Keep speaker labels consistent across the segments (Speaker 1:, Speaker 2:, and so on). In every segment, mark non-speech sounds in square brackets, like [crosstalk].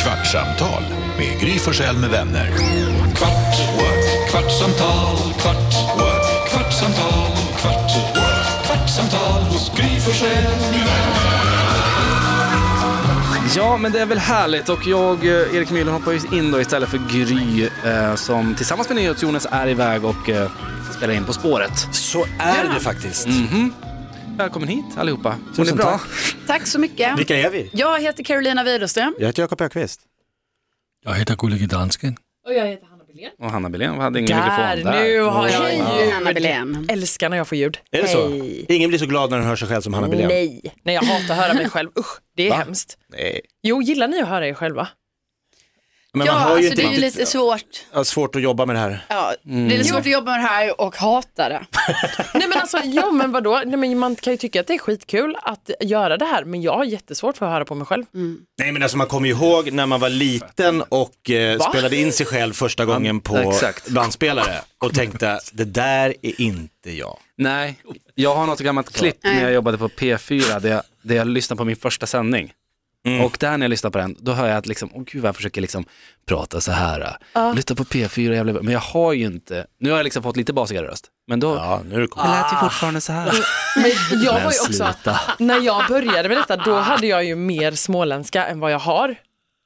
Speaker 1: kvartsamtal med Gry Forssell med vänner. Kvart, what? kvartsamtal, kvart, what? kvartsamtal, kvart, what? kvartsamtal hos Gry Forssell med vänner.
Speaker 2: Ja, men det är väl härligt och jag, eh, Erik Myhlen, hoppar ju in då istället för Gry eh, som tillsammans med NyhetsJonas är iväg och eh, spelar in På spåret.
Speaker 3: Så är det faktiskt.
Speaker 4: Mm.
Speaker 2: Välkommen hit allihopa. Mår ni
Speaker 3: Tusen
Speaker 2: bra?
Speaker 3: tack.
Speaker 4: Tack så mycket.
Speaker 3: Vilka är vi?
Speaker 4: Jag heter Carolina Widerström.
Speaker 3: Jag heter Jakob Ökvist.
Speaker 5: Jag heter Gullige Dansken.
Speaker 2: Och Hanna Billén hade ingen
Speaker 6: Där,
Speaker 2: mikrofon där.
Speaker 6: nu har jag
Speaker 4: Hej,
Speaker 6: ljud.
Speaker 4: Anna Belén.
Speaker 6: Älskar när jag får ljud.
Speaker 3: Är det så? Ingen blir så glad när den hör sig själv som Hanna Billén.
Speaker 4: Nej.
Speaker 6: När jag hatar att höra mig själv. Usch, det är hemskt.
Speaker 3: Nej.
Speaker 6: Jo, gillar ni att höra er själva?
Speaker 3: Men
Speaker 4: Ja,
Speaker 3: man har ju
Speaker 4: alltså
Speaker 3: inte Mm.
Speaker 4: det är ju
Speaker 3: riktigt
Speaker 4: lite svårt.
Speaker 3: ja, svårt att jobba med det här.
Speaker 4: Ja, Det är lite svårt att jobba med det här och hata det.
Speaker 6: Nej men alltså, jo men vadå? Nej, men man kan ju tycka att det är skitkul att göra det här men jag har jättesvårt för att höra på mig själv.
Speaker 3: Nej men alltså man kommer ju ihåg när man var liten och eh,
Speaker 6: Va?
Speaker 3: spelade in sig själv första gången på
Speaker 2: exakt.
Speaker 3: bandspelare och
Speaker 4: [laughs]
Speaker 3: tänkte det där är inte jag.
Speaker 2: Nej, jag har något gammalt klipp när jag jobbade på P4 där jag, där jag lyssnade på min första sändning.
Speaker 3: Mm.
Speaker 2: Och där när jag lyssnar på den, då hör jag att liksom, åh gud vad jag försöker liksom prata så här. Uh. Lyssna på P4, jag blev, men jag har ju inte, nu har jag liksom fått lite basigare röst, men då,
Speaker 3: Ja, nu är det
Speaker 2: det
Speaker 3: coolt.
Speaker 2: lät ju fortfarande så här.
Speaker 6: Men jag var ju också,
Speaker 2: sluta.
Speaker 6: när jag började med detta då hade jag ju mer småländska än vad jag har.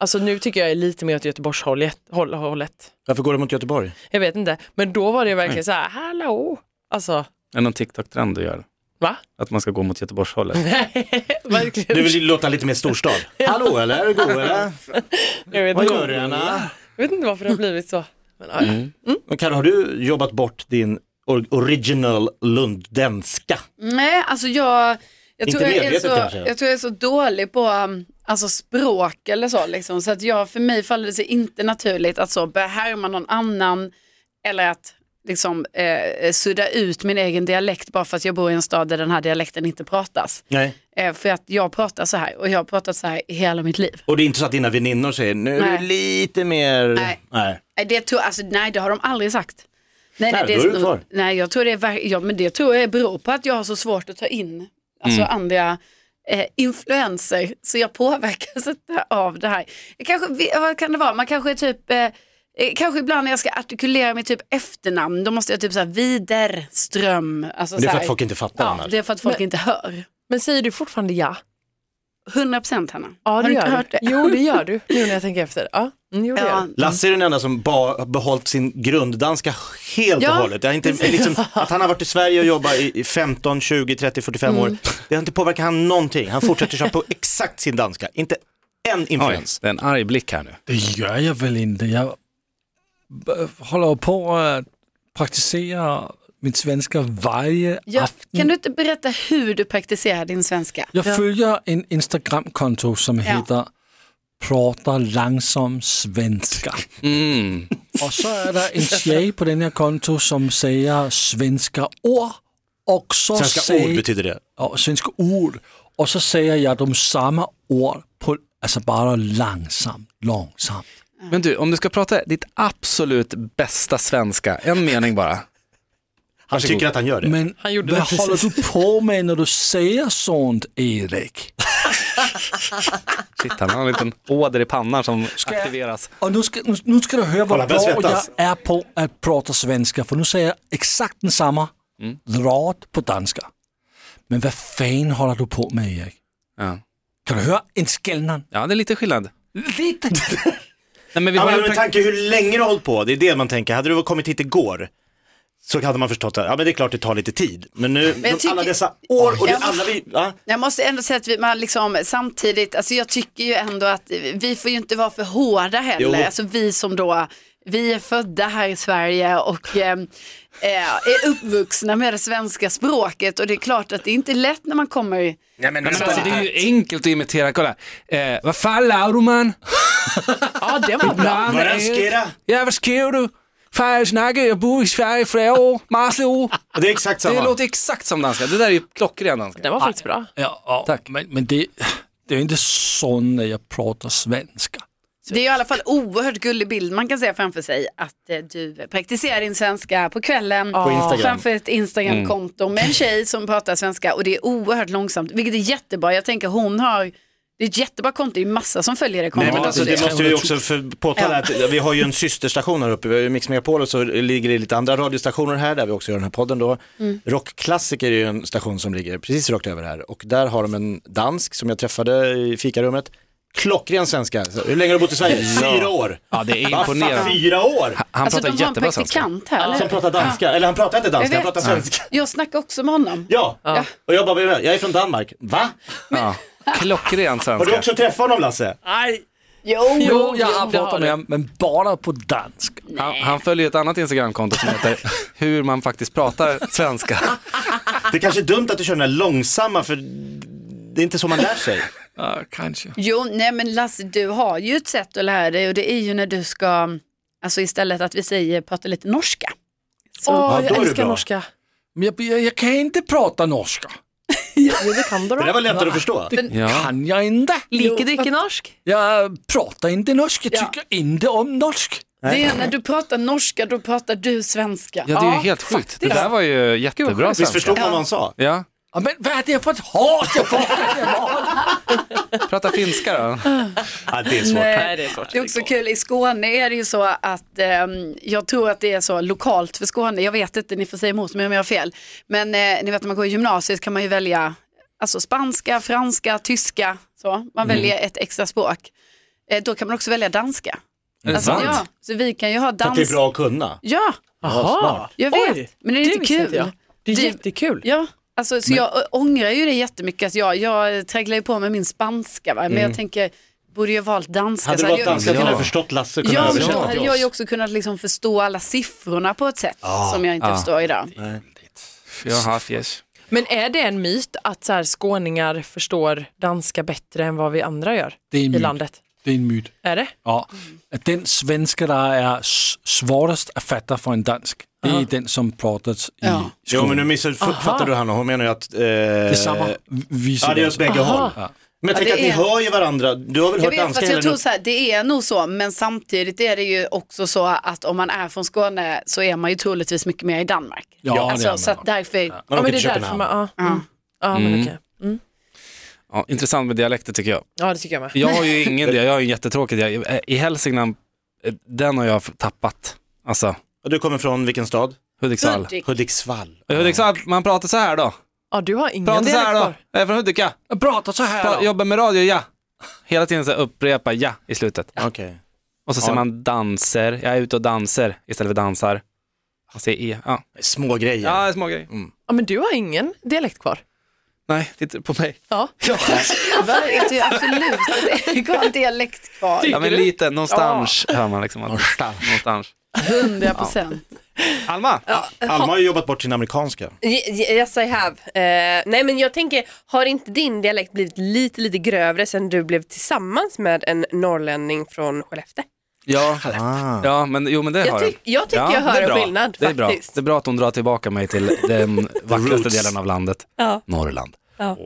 Speaker 6: Alltså nu tycker jag är lite mer åt Göteborgshållet. håll- hållet.
Speaker 3: Varför går det mot
Speaker 4: [laughs]
Speaker 3: Göteborg?
Speaker 6: Jag vet inte, men då var det verkligen så här, hallå. Alltså,
Speaker 2: Är det någon TikTok-trend du gör?
Speaker 6: va?
Speaker 2: Att man ska gå mot Göteborgshållet?
Speaker 6: verkligen.
Speaker 3: Du vill ju låta lite mer storstad. Hallå eller, god
Speaker 4: [laughs]
Speaker 3: eller?
Speaker 6: Jag vet
Speaker 3: Vad
Speaker 6: inte.
Speaker 3: gör du Anna?
Speaker 6: Jag vet inte varför det har blivit så. Men, ja, ja.
Speaker 3: Men Karo, har du jobbat bort din or- original lundenska?
Speaker 4: Nej, alltså jag, jag,
Speaker 3: Inte
Speaker 4: tror jag, är
Speaker 3: medvetet
Speaker 4: så,
Speaker 3: kanske?
Speaker 4: jag tror jag är så dålig på um, alltså språk eller så. Liksom. Så att jag, för mig faller det sig inte naturligt att så behärma någon annan eller att liksom, eh, sudda ut min egen dialekt bara för att jag bor i en stad där den här dialekten inte pratas.
Speaker 3: Nej.
Speaker 4: Eh, för att jag pratar så här och jag har pratat så här i hela mitt liv.
Speaker 3: Och det är inte så att dina väninnor säger nu är
Speaker 4: Nej.
Speaker 3: du lite mer...
Speaker 4: Nej. Nej, Det tror, alltså, nej, det har de aldrig sagt. Nej,
Speaker 3: Nej,
Speaker 4: det
Speaker 3: då är du kvar.
Speaker 4: nej jag tror det är, verk- ja, men det tror jag beror på att jag har så svårt att ta in alltså,
Speaker 3: Mm.
Speaker 4: andra eh, influenser. Så jag påverkas [laughs] inte av det här. Jag kanske, vi- vad kan det vara? Man kanske är typ, eh, eh, kanske ibland när jag ska artikulera mitt typ efternamn, då måste jag typ så här Widerström. Alltså,
Speaker 3: Men det är
Speaker 4: så
Speaker 3: för
Speaker 4: här,
Speaker 3: att folk inte fattar
Speaker 4: ja,
Speaker 3: annars.
Speaker 4: det är för att folk inte hör.
Speaker 6: men säger du fortfarande ja?
Speaker 4: 100 procent Hanna.
Speaker 6: Ja,
Speaker 4: har
Speaker 6: det
Speaker 4: du
Speaker 6: gör
Speaker 4: inte
Speaker 6: du.
Speaker 4: hört det?
Speaker 6: Jo, det gör du. Nu när jag tänker efter. Ja, mm, jo, det gör
Speaker 4: Ja,
Speaker 6: du.
Speaker 3: Lasse är den enda som ba- behållit sin grunddanska helt
Speaker 4: Ja,
Speaker 3: och hållet. Det har inte, liksom, att han har varit i Sverige och jobbat i i 15, 20, 30, 45 år,
Speaker 4: Mm.
Speaker 3: det har inte påverkat han någonting. Han fortsätter köra på exakt sin danska, inte
Speaker 2: [laughs]
Speaker 3: en
Speaker 2: Oj,
Speaker 3: influens.
Speaker 2: det är en arg blick här nu.
Speaker 5: Det gör jag väl inte. Jag b- håller øh, på att praktisera min svenska varje
Speaker 4: Ja,
Speaker 5: afton.
Speaker 4: kan du inte berätta hur du praktiserar din svenska?
Speaker 5: Jag följer en Instagramkonto som heter Prata långsam svenska. [laughs]
Speaker 2: Mm.
Speaker 5: Och så är det en tjej på den här konto som säger svenska ord. Och så
Speaker 3: Svenska
Speaker 5: säger,
Speaker 3: ord betyder det.
Speaker 5: ja, svenska ord. Och så säger jag de samma ord, på, alltså bara långsamt, långsamt.
Speaker 2: Men du, om du ska prata ditt absolut bästa svenska, en mening bara.
Speaker 3: Han tycker att han gör det.
Speaker 5: Men
Speaker 6: Han gjorde
Speaker 5: vad
Speaker 6: det precis.
Speaker 5: håller du på med när du säger sånt, Erik?
Speaker 2: Shit, han har en liten åder i pannan som
Speaker 5: jag-
Speaker 2: aktiveras.
Speaker 5: Och nu ska, nu, nu ska du höra
Speaker 3: Kolla,
Speaker 5: vad
Speaker 3: börjar
Speaker 5: bra jag
Speaker 3: svettas.
Speaker 5: är på att prata svenska, för nu säger jag exakt densamma rad på danska. Men vad fan håller du på med, Erik?
Speaker 2: Ja.
Speaker 5: Kan du höra en skillnad?
Speaker 2: ja, det är lite skillnad.
Speaker 5: Lite!
Speaker 2: Nej, men vi
Speaker 3: Ja,
Speaker 2: har
Speaker 3: men
Speaker 2: ju
Speaker 3: med
Speaker 2: prak-
Speaker 3: tanke hur länge du har hållit på, det är det man tänker. Hade du kommit hit igår så hade man förstått att ja, men det är klart det tar lite tid. Men nu,
Speaker 4: jag tycker-
Speaker 3: alla dessa år och det,
Speaker 4: Jag-
Speaker 3: alla vi... Ja.
Speaker 4: Jag måste ändå säga att vi, man liksom, samtidigt, alltså jag tycker ju ändå att vi får ju inte vara för hårda heller.
Speaker 3: Jo.
Speaker 4: Alltså vi som då, vi är födda här i Sverige och eh, eh, är uppvuxna med det svenska språket och det är klart att det är inte lätt när man kommer
Speaker 2: Nej, men alltså, det är ju enkelt att imitera, kolla. Eh, vad fan la du man?
Speaker 6: ja, det var bra.
Speaker 2: Namn
Speaker 3: Vad
Speaker 2: är-
Speaker 3: önskar
Speaker 2: Ja, vad skriver du? Fan, jag snackar, jag bor i Sverige i flera år, massa år.
Speaker 3: du? Det är exakt
Speaker 2: Det
Speaker 3: samma.
Speaker 2: låter exakt som danska, det där är ju klockren danska.
Speaker 6: Den var faktiskt bra.
Speaker 5: Ja, och, Tack. Men, men det, det är inte så när jag pratar svenska.
Speaker 4: Det är i alla fall oerhört gullig bild man kan se framför sig att eh, du praktiserar din svenska på kvällen
Speaker 6: På
Speaker 3: Instagram. Mm.
Speaker 4: framför ett Instagramkonto med en tjej som pratar svenska och det är oerhört långsamt, vilket är jättebra. Jag tänker hon har Det är ett jättebra konto, det är massa som följer det
Speaker 3: Nej
Speaker 4: kontot.
Speaker 3: men alltså det måste vi också för påtala
Speaker 4: Ja.
Speaker 3: att vi har ju en systerstation här uppe, vi har ju Mix Megapol och så ligger det lite andra radiostationer här där vi också gör den här podden då.
Speaker 2: Mm.
Speaker 3: Rockklassiker är ju en station som ligger precis rakt över här och där har de en dansk som jag träffade i fikarummet. Klockren svenska. Så, Hur länge har du bott i Sverige? Fyra år!
Speaker 2: Ja, det är
Speaker 3: Va fan,
Speaker 2: imponerande.
Speaker 3: Fyra år!
Speaker 2: Han
Speaker 4: alltså,
Speaker 2: pratar
Speaker 4: de har en
Speaker 2: jättebra svenska.
Speaker 4: praktikant här, eller
Speaker 3: Som
Speaker 4: hur?
Speaker 3: pratar danska, eller han pratar inte danska, han
Speaker 4: Jag vet.
Speaker 3: pratar svenska.
Speaker 4: Jag snackar också med honom.
Speaker 3: Ja, och jag bara, "Vad är det här? jag är från Danmark. Va?
Speaker 2: Ja. [laughs] Klockren
Speaker 3: Har du
Speaker 2: svenska.
Speaker 3: också träffat honom Lasse?
Speaker 5: Jo, jag har
Speaker 6: det
Speaker 5: pratat
Speaker 6: har
Speaker 5: med honom, men bara på dansk.
Speaker 2: Han, han följer ett annat Instagramkonto som
Speaker 3: [laughs]
Speaker 2: heter hur man faktiskt pratar svenska.
Speaker 3: Det kanske är dumt att du kör den här långsamma för det är inte så man lär sig.
Speaker 5: Ja, kanske.
Speaker 4: Jo, nej men Lasse, du har ju ett sätt att lära dig och det är ju när du ska, alltså istället att vi säger prata lite norska. Så,
Speaker 6: Åh,
Speaker 3: då är
Speaker 6: jag
Speaker 3: det
Speaker 6: älskar
Speaker 3: bra.
Speaker 6: norska.
Speaker 5: Men jag, jag, jag kan inte prata norska.
Speaker 6: Jo, det kan du
Speaker 3: Det där
Speaker 6: då.
Speaker 3: var lättare att förstå.
Speaker 2: Ja.
Speaker 5: Kan jag inte.
Speaker 6: Liker du inte norsk?
Speaker 5: Jag pratar inte norska,
Speaker 4: Ja.
Speaker 5: tycker inte om norsk.
Speaker 4: det är när du pratar norska, då pratar du svenska.
Speaker 2: ja, det är ju helt sjukt. Det där var ju jättebra
Speaker 3: Visst
Speaker 2: svenska.
Speaker 3: förstod man vad han sa?
Speaker 2: Ja.
Speaker 5: Ja, men vad är det för ett hat jag får? [laughs]
Speaker 2: Prata finska då.
Speaker 3: Ja, det är svårt.
Speaker 6: Nej, det är svårt.
Speaker 4: Det är också kul, i Skåne är det ju så att ehm, jag tror att det är så lokalt för Skåne, jag vet inte, ni får säga emot mig om jag har fel. Men eh, ni vet när man går i gymnasiet kan man ju välja alltså, spanska, franska, tyska, så. man väljer ett extra språk. Eh, då kan man också välja danska.
Speaker 2: Är det sant?
Speaker 4: Alltså, ja, så vi kan ju ha
Speaker 3: För att det
Speaker 4: dans.
Speaker 3: är bra att kunna.
Speaker 4: Ja,
Speaker 6: Jaha,
Speaker 4: jag vet,
Speaker 6: Oj,
Speaker 4: men det är inte
Speaker 6: visste
Speaker 4: kul.
Speaker 6: inte jag. Det är
Speaker 4: Det-
Speaker 6: jättekul.
Speaker 4: Ja, alltså, så jag ångrar ju det jättemycket. Alltså, jag, jag tragglar ju på med min spanska, va? men jag tänker, borde jag valt danska
Speaker 3: Hade
Speaker 4: så
Speaker 3: du varit
Speaker 4: jag-
Speaker 3: dansk hade
Speaker 2: Ja.
Speaker 3: du förstått Lasse och
Speaker 4: Alltså, Ja,
Speaker 3: kunnat
Speaker 4: men då
Speaker 3: översätta
Speaker 4: hade
Speaker 3: till
Speaker 4: jag ju
Speaker 3: oss.
Speaker 4: också kunnat liksom förstå alla siffrorna på ett sätt som jag inte förstår idag.
Speaker 2: Jaha, fjäs.
Speaker 6: Men är det en myt att så här, skåningar förstår danska bättre än vad vi andra gör
Speaker 5: Det är en
Speaker 6: i
Speaker 5: myt.
Speaker 6: landet?
Speaker 5: Det är en myt.
Speaker 6: Är det?
Speaker 5: Ja. Att den svenska där är s- svårast att fatta för en dansk, det är den som pratas i
Speaker 4: Ja.
Speaker 3: Jo men
Speaker 5: skolan.
Speaker 3: nu missuppfattar du Hanna, hon menar ju att... Eh,
Speaker 5: Det är samma
Speaker 3: Ja det är
Speaker 5: vice.
Speaker 3: åt bägge håll. Men jag tänker
Speaker 4: det
Speaker 3: att ni
Speaker 4: är-
Speaker 3: hör ju varandra, du har väl
Speaker 4: Jag
Speaker 3: hört
Speaker 4: vet,
Speaker 3: danska
Speaker 4: fast jag
Speaker 3: hela
Speaker 4: tror
Speaker 3: nu?
Speaker 4: så här, det är nog så, men samtidigt är det ju också så att om man är från Skåne så är man ju troligtvis mycket mer i Danmark.
Speaker 5: Ja, det är
Speaker 4: alltså,
Speaker 5: man
Speaker 4: så att
Speaker 5: nog.
Speaker 4: därför,
Speaker 3: Man
Speaker 6: Ja,
Speaker 3: åker till
Speaker 6: men det är därför
Speaker 3: Köpenhamn.
Speaker 6: man, ja. Mm. Ja, men okej.
Speaker 2: Ja, intressant med dialekter tycker jag.
Speaker 6: Ja, det tycker jag med.
Speaker 2: Jag har ju ingen dialekt, jag har ju en jättetråkig dialekt. I Hälsingland, eh, den har jag f- tappat. Alltså,
Speaker 3: Och du kommer från vilken stad?
Speaker 2: Hudiksvall.
Speaker 4: Hudik.
Speaker 3: Hudiksvall.
Speaker 2: I Hudiksvall, man pratar så här då.
Speaker 6: Ja, du har ingen
Speaker 2: Pratar
Speaker 6: dialekt
Speaker 2: så här då.
Speaker 6: kvar.
Speaker 2: Jag är från Hudik,
Speaker 5: Jag pratar så här.
Speaker 2: ja.
Speaker 5: då.
Speaker 2: Jobbar med radio, ja. Hela tiden så här upprepa ja i slutet.
Speaker 3: Okej.
Speaker 2: Och så
Speaker 3: Ja.
Speaker 2: säger man danser, jag är ute och danser istället för dansar. Man säger e, ja.
Speaker 3: Små grejer.
Speaker 2: Ja, det är små grejer.
Speaker 6: Ja, men du har ingen dialekt kvar.
Speaker 2: Nej, titta på mig.
Speaker 6: Ja.
Speaker 4: jag tycker absolut att det har en dialekt kvar.
Speaker 2: Ja, men lite, någonstans hör man liksom. alltid. Någonstans.
Speaker 4: 100 procent.
Speaker 2: Alma,
Speaker 3: Alma har ju jobbat bort sin amerikanska.
Speaker 7: Y- y- Yes I have. Eh, nej men jag tänker, har inte din dialekt blivit lite lite grövre sen du blev tillsammans med en norrlänning från Skellefteå?
Speaker 2: Ja, ja men, jo, men det
Speaker 7: Jag
Speaker 2: har den.
Speaker 7: tyck- jag tycker jag hör
Speaker 2: det är
Speaker 7: en
Speaker 2: bra.
Speaker 7: skillnad,
Speaker 2: det är bra.
Speaker 7: faktiskt.
Speaker 2: Det är bra att hon drar tillbaka mig [laughs] till den vackraste
Speaker 3: roots.
Speaker 2: delen av landet,
Speaker 7: Ja.
Speaker 2: Norrland.
Speaker 6: Ja.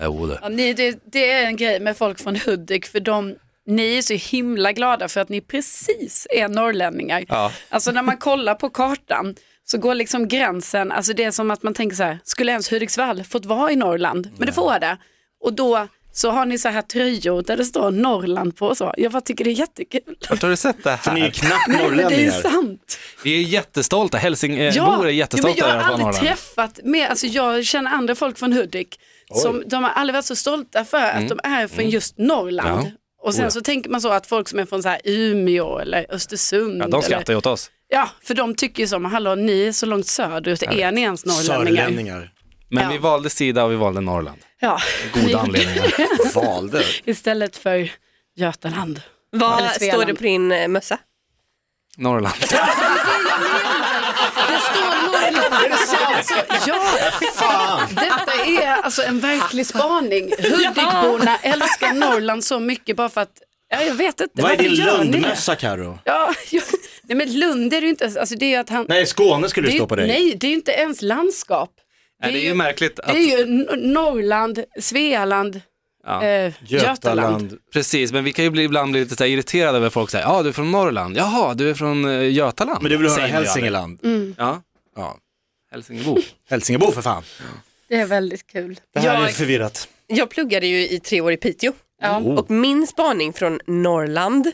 Speaker 2: Jo, det.
Speaker 4: Ja, ni, det, det är en grej med folk från Hudik, för de, ni är så himla glada för att ni precis är norrlänningar.
Speaker 2: Ja.
Speaker 4: Alltså när man kollar på kartan så går liksom gränsen, alltså det är som att man tänker så här, skulle ens Hudiksvall fått vara i Norrland? Men det får det. Och då så har ni så här tröjor där det står Norrland på och så. Jag bara tycker det är jättekul.
Speaker 2: Vart har du sett det
Speaker 3: Ni är
Speaker 2: här?
Speaker 3: knappt
Speaker 4: Nej, men [laughs] det är
Speaker 3: norrlänningar.
Speaker 4: sant.
Speaker 2: Vi är jättestolta, hälsingbor är jättestolta
Speaker 4: ja, men
Speaker 2: över att
Speaker 4: jag har
Speaker 2: vara
Speaker 4: aldrig
Speaker 2: Norrland.
Speaker 4: träffat mer, alltså jag känner andra folk från Hudik som de har aldrig varit så stolta för att de är från just Norrland.
Speaker 2: Mm. Ja.
Speaker 4: Och sen så tänker man så att folk som är från så här Umeå eller Östersund,
Speaker 2: Ja, de
Speaker 4: eller,
Speaker 2: skrattar ju åt oss.
Speaker 4: ja, för de tycker ju som, hallå ni är så långt söderut, är ni ens norrlänningar?
Speaker 3: Sörlänningar.
Speaker 2: Men
Speaker 4: Ja.
Speaker 2: vi valde sida och vi valde Norrland.
Speaker 4: Ja,
Speaker 2: Goda anledningar.
Speaker 3: Valde.
Speaker 4: [laughs] istället för Götaland. Eller
Speaker 7: Vad
Speaker 4: Svealand.
Speaker 7: står det på din eh, mössa?
Speaker 2: Norrland.
Speaker 4: Det står Norrland. Är det sant? Ja,
Speaker 3: Fan.
Speaker 4: Detta är alltså en verklig spaning. Hudikborna älskar Norrland så mycket bara för att, ja, jag vet inte.
Speaker 3: Vad är
Speaker 4: Varför
Speaker 3: din
Speaker 4: gör ni det?
Speaker 3: Lundmössa Carro?
Speaker 4: Ja, jag, nej men Lund är det ju inte, ens- alltså det är ju att han...
Speaker 3: Nej, Skåne skulle
Speaker 4: det
Speaker 3: det
Speaker 4: är,
Speaker 3: stå på
Speaker 4: ju-
Speaker 3: dig.
Speaker 4: nej, det är ju inte ens landskap. Det
Speaker 2: Nej, det är ju märkligt att...
Speaker 4: Det är ju N- Norrland, Svealand,
Speaker 2: Ja.
Speaker 4: eh, Götaland.
Speaker 2: Precis, men vi kan ju bli, ibland bli lite så här irriterade över folk säger, ja ah, du är från Norrland, jaha du är från eh, Götaland.
Speaker 3: Men det vill höra
Speaker 2: Säger vi aldrig.
Speaker 3: Hälsingeland.
Speaker 4: Mm.
Speaker 2: Ja,
Speaker 3: Ja.
Speaker 2: Hälsingebo.
Speaker 3: Hälsingebo för fan.
Speaker 4: Det är väldigt kul.
Speaker 3: Det här
Speaker 7: Jag-
Speaker 3: är förvirrat.
Speaker 7: Jag pluggade ju i tre år i Piteå Och min spaning från Norrland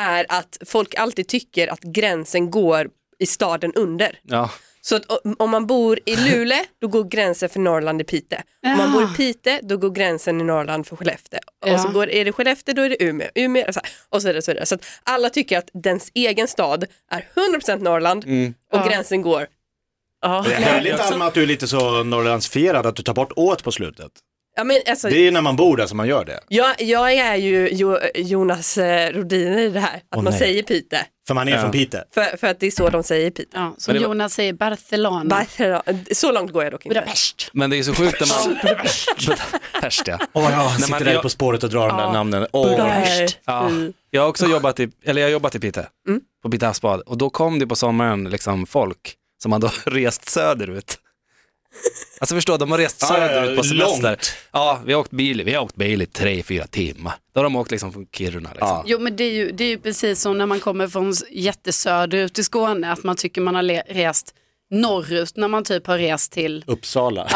Speaker 7: är att folk alltid tycker att gränsen går i staden under.
Speaker 2: Ja.
Speaker 7: Så att o- om man bor
Speaker 6: [laughs]
Speaker 7: i Luleå, då går gränsen för Norrland i Pite. Om man bor
Speaker 6: Ah.
Speaker 7: i Pite, då går gränsen i Norrland för Skellefteå. Och så
Speaker 4: Ja.
Speaker 7: går, är det Skellefteå, då är det Umeå. Umeå och så, här, och så vidare. och Så, vidare. så att alla tycker att dens egen stad är 100% Norrland och gränsen går.
Speaker 6: Ja.
Speaker 3: Det är härligt Alma att du är lite så norrlandsfierad att du tar bort åt på slutet.
Speaker 7: Ja, men alltså,
Speaker 3: Det är ju när man bor där som man gör det.
Speaker 7: jag, jag är ju jo, Jonas eh, Rhodiner i det här, att
Speaker 3: Åh,
Speaker 7: man
Speaker 3: nej.
Speaker 7: säger Pite.
Speaker 3: För man är
Speaker 2: Ja.
Speaker 3: från Piteå.
Speaker 7: För, för att det är så de säger i Piteå.
Speaker 4: Ja, som
Speaker 2: det var-
Speaker 4: Jonas säger,
Speaker 7: Mm.
Speaker 4: Barcelona.
Speaker 7: Varför då? Så långt går jag dock inte.
Speaker 4: Budapest.
Speaker 2: Men det är så sjukt när
Speaker 3: [laughs]
Speaker 2: man... [laughs] Pest, ja.
Speaker 3: Åh ja,
Speaker 2: Nej,
Speaker 3: sitter
Speaker 2: men
Speaker 3: där
Speaker 2: jag-
Speaker 3: på spåret och drar de där namnen. Åh,
Speaker 7: Nej.
Speaker 2: Ja. Jag har också jobbat i, eller jag har jobbat i Piteå,
Speaker 3: Mm.
Speaker 2: på Piteå havsbad. Och då kom det på sommaren liksom folk som hade [laughs] rest söderut. Alltså förstå, de har rest
Speaker 3: Ja, ja, ja,
Speaker 2: söderut på semester.
Speaker 3: långt.
Speaker 2: Ja, vi har åkt bil, vi har åkt bil i tre, fyra timmar. Då har de åkt liksom från Kiruna. Liksom.
Speaker 3: Ja.
Speaker 4: Jo men det är, ju, det är ju precis som när man kommer från s- jättesöderut i Skåne, att man tycker man har le- rest norrut när man typ har rest till,
Speaker 3: Uppsala.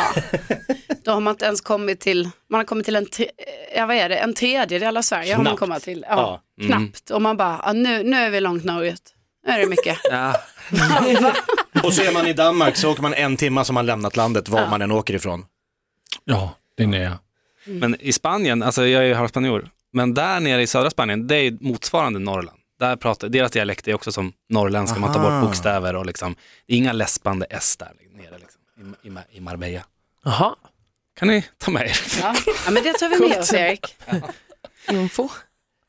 Speaker 4: då har man inte ens kommit till, man har kommit till en, tre, eh, ja, vad är det, en tredjedel av Sverige har man
Speaker 3: Knappt.
Speaker 4: kommit till. Ja, Knappt, och man bara, ja, nu, nu är vi långt norrut, nu är det mycket.
Speaker 2: Ja.
Speaker 3: Och så är man i Danmark så åker man en timma som man lämnat landet var man än åker ifrån.
Speaker 5: Ja, det är nära.
Speaker 2: Men i Spanien, alltså jag är ju halvspanjor, men där nere i södra Spanien, det är motsvarande Norrland. Där pratar, deras dialekt är också som norrländska, man tar bort bokstäver och liksom, det är inga läspande s där nere liksom, i, i, i Marbella.
Speaker 6: Jaha,
Speaker 2: Kan ni ta med er?
Speaker 4: Ja. ja men det tar vi med oss Erik.
Speaker 6: info.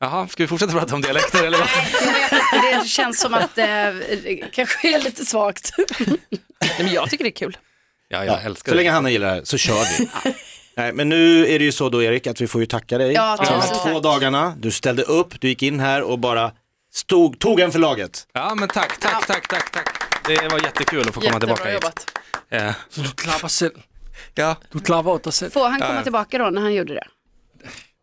Speaker 2: Jaha, ska vi fortsätta prata om dialekter
Speaker 6: [laughs]
Speaker 2: eller? vad?
Speaker 4: Jag vet inte, det känns som att eh, det kanske är lite svagt.
Speaker 6: Nej, men jag tycker det är kul.
Speaker 2: Ja,
Speaker 3: Ja,
Speaker 2: jag älskar
Speaker 3: så länge
Speaker 2: det.
Speaker 3: Hanna gillar det så kör
Speaker 2: [laughs]
Speaker 3: vi. Nej, men nu är det ju så då Erik att vi får ju tacka dig.
Speaker 4: Ja,
Speaker 3: för de här
Speaker 4: tusen
Speaker 3: två
Speaker 4: tack.
Speaker 3: dagarna, du ställde upp, du gick in här och bara stod, tog en för laget.
Speaker 2: Ja, men tack, tack, tack, tack, tack. Det var jättekul att få komma tillbaka hit.
Speaker 6: jobbat.
Speaker 2: Eh,
Speaker 5: Så du klappar själv.
Speaker 2: Ja,
Speaker 5: Du klappar åt dig själv.
Speaker 4: Får han komma tillbaka då när han gjorde det?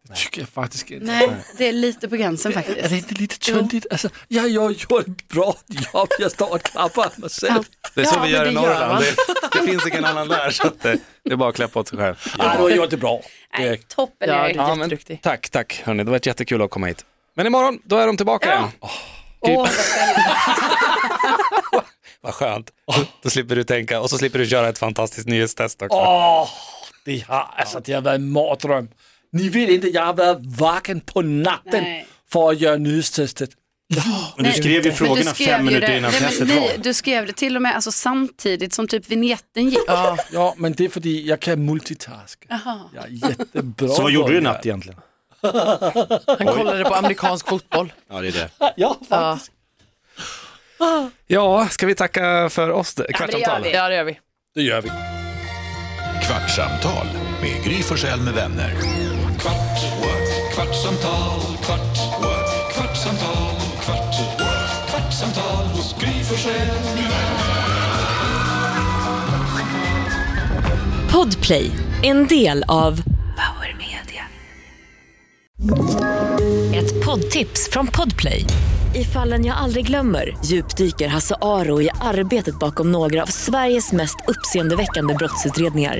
Speaker 5: Det tycker jag faktiskt inte.
Speaker 4: Nej, det är lite på gränsen
Speaker 5: Är det
Speaker 4: faktiskt.
Speaker 5: inte lite töntigt? Alltså, ja, jag gör ett bra jobb, jag står och klappar mig själv.
Speaker 2: det är så
Speaker 6: Ja,
Speaker 2: vi
Speaker 6: men
Speaker 2: gör i
Speaker 6: det gör
Speaker 2: Norrland.
Speaker 6: man.
Speaker 2: Det, det finns ingen annan där, så att det, det är bara att klappa åt sig själv.
Speaker 5: Ja, du har gjort det bra.
Speaker 4: Nej, toppen
Speaker 6: Ja,
Speaker 4: Erik.
Speaker 6: det-
Speaker 2: Ja, men,
Speaker 6: Jätteduktig.
Speaker 2: tack, tack, hörni. Det var jättekul att komma hit. Men imorgon, då är de tillbaka igen. Åh,
Speaker 4: Åh, vad spännande.
Speaker 2: [laughs] vad skönt. Då slipper du tänka och så slipper du köra ett fantastiskt nyhetstest också.
Speaker 5: Åh, det har, alltså, det har varit en mardröm. Ni vet inte, jag har varit vaken på natten
Speaker 4: Nej.
Speaker 5: för att göra nyhetstestet.
Speaker 3: Men du skrev ju
Speaker 4: Men du
Speaker 3: frågorna
Speaker 4: skrev
Speaker 3: fem
Speaker 4: ju
Speaker 3: minuter
Speaker 4: det-
Speaker 3: innan
Speaker 4: Nej, men
Speaker 3: testet
Speaker 4: ni-
Speaker 3: var.
Speaker 4: Du skrev det till och med alltså, samtidigt som typ vignetten gick.
Speaker 5: Ja, ja, men det är för att jag kan multitaska. Jag är jättebra.
Speaker 3: Så vad gjorde
Speaker 5: på
Speaker 3: du i
Speaker 5: det
Speaker 3: natt egentligen?
Speaker 6: Han kollade på amerikansk fotboll.
Speaker 3: Ja, det är det.
Speaker 5: här. Ja,
Speaker 6: Ja,
Speaker 2: Ja, ska vi tacka för oss? Kvartsamtal.
Speaker 6: ja det gör vi.
Speaker 5: det gör vi.
Speaker 1: Kvartsamtal med Gry Forssell med vänner. Kvart, what? kvartsamtal, kvart, what? kvartsamtal, kvart, what? kvartsamtal hos Gry Forssell med vänner.
Speaker 8: Podplay, en del av Power Media. Ett poddtips från Podplay. I fallen jag aldrig glömmer djupdyker Hasse Aro i arbetet bakom några av Sveriges mest uppseendeväckande brottsutredningar.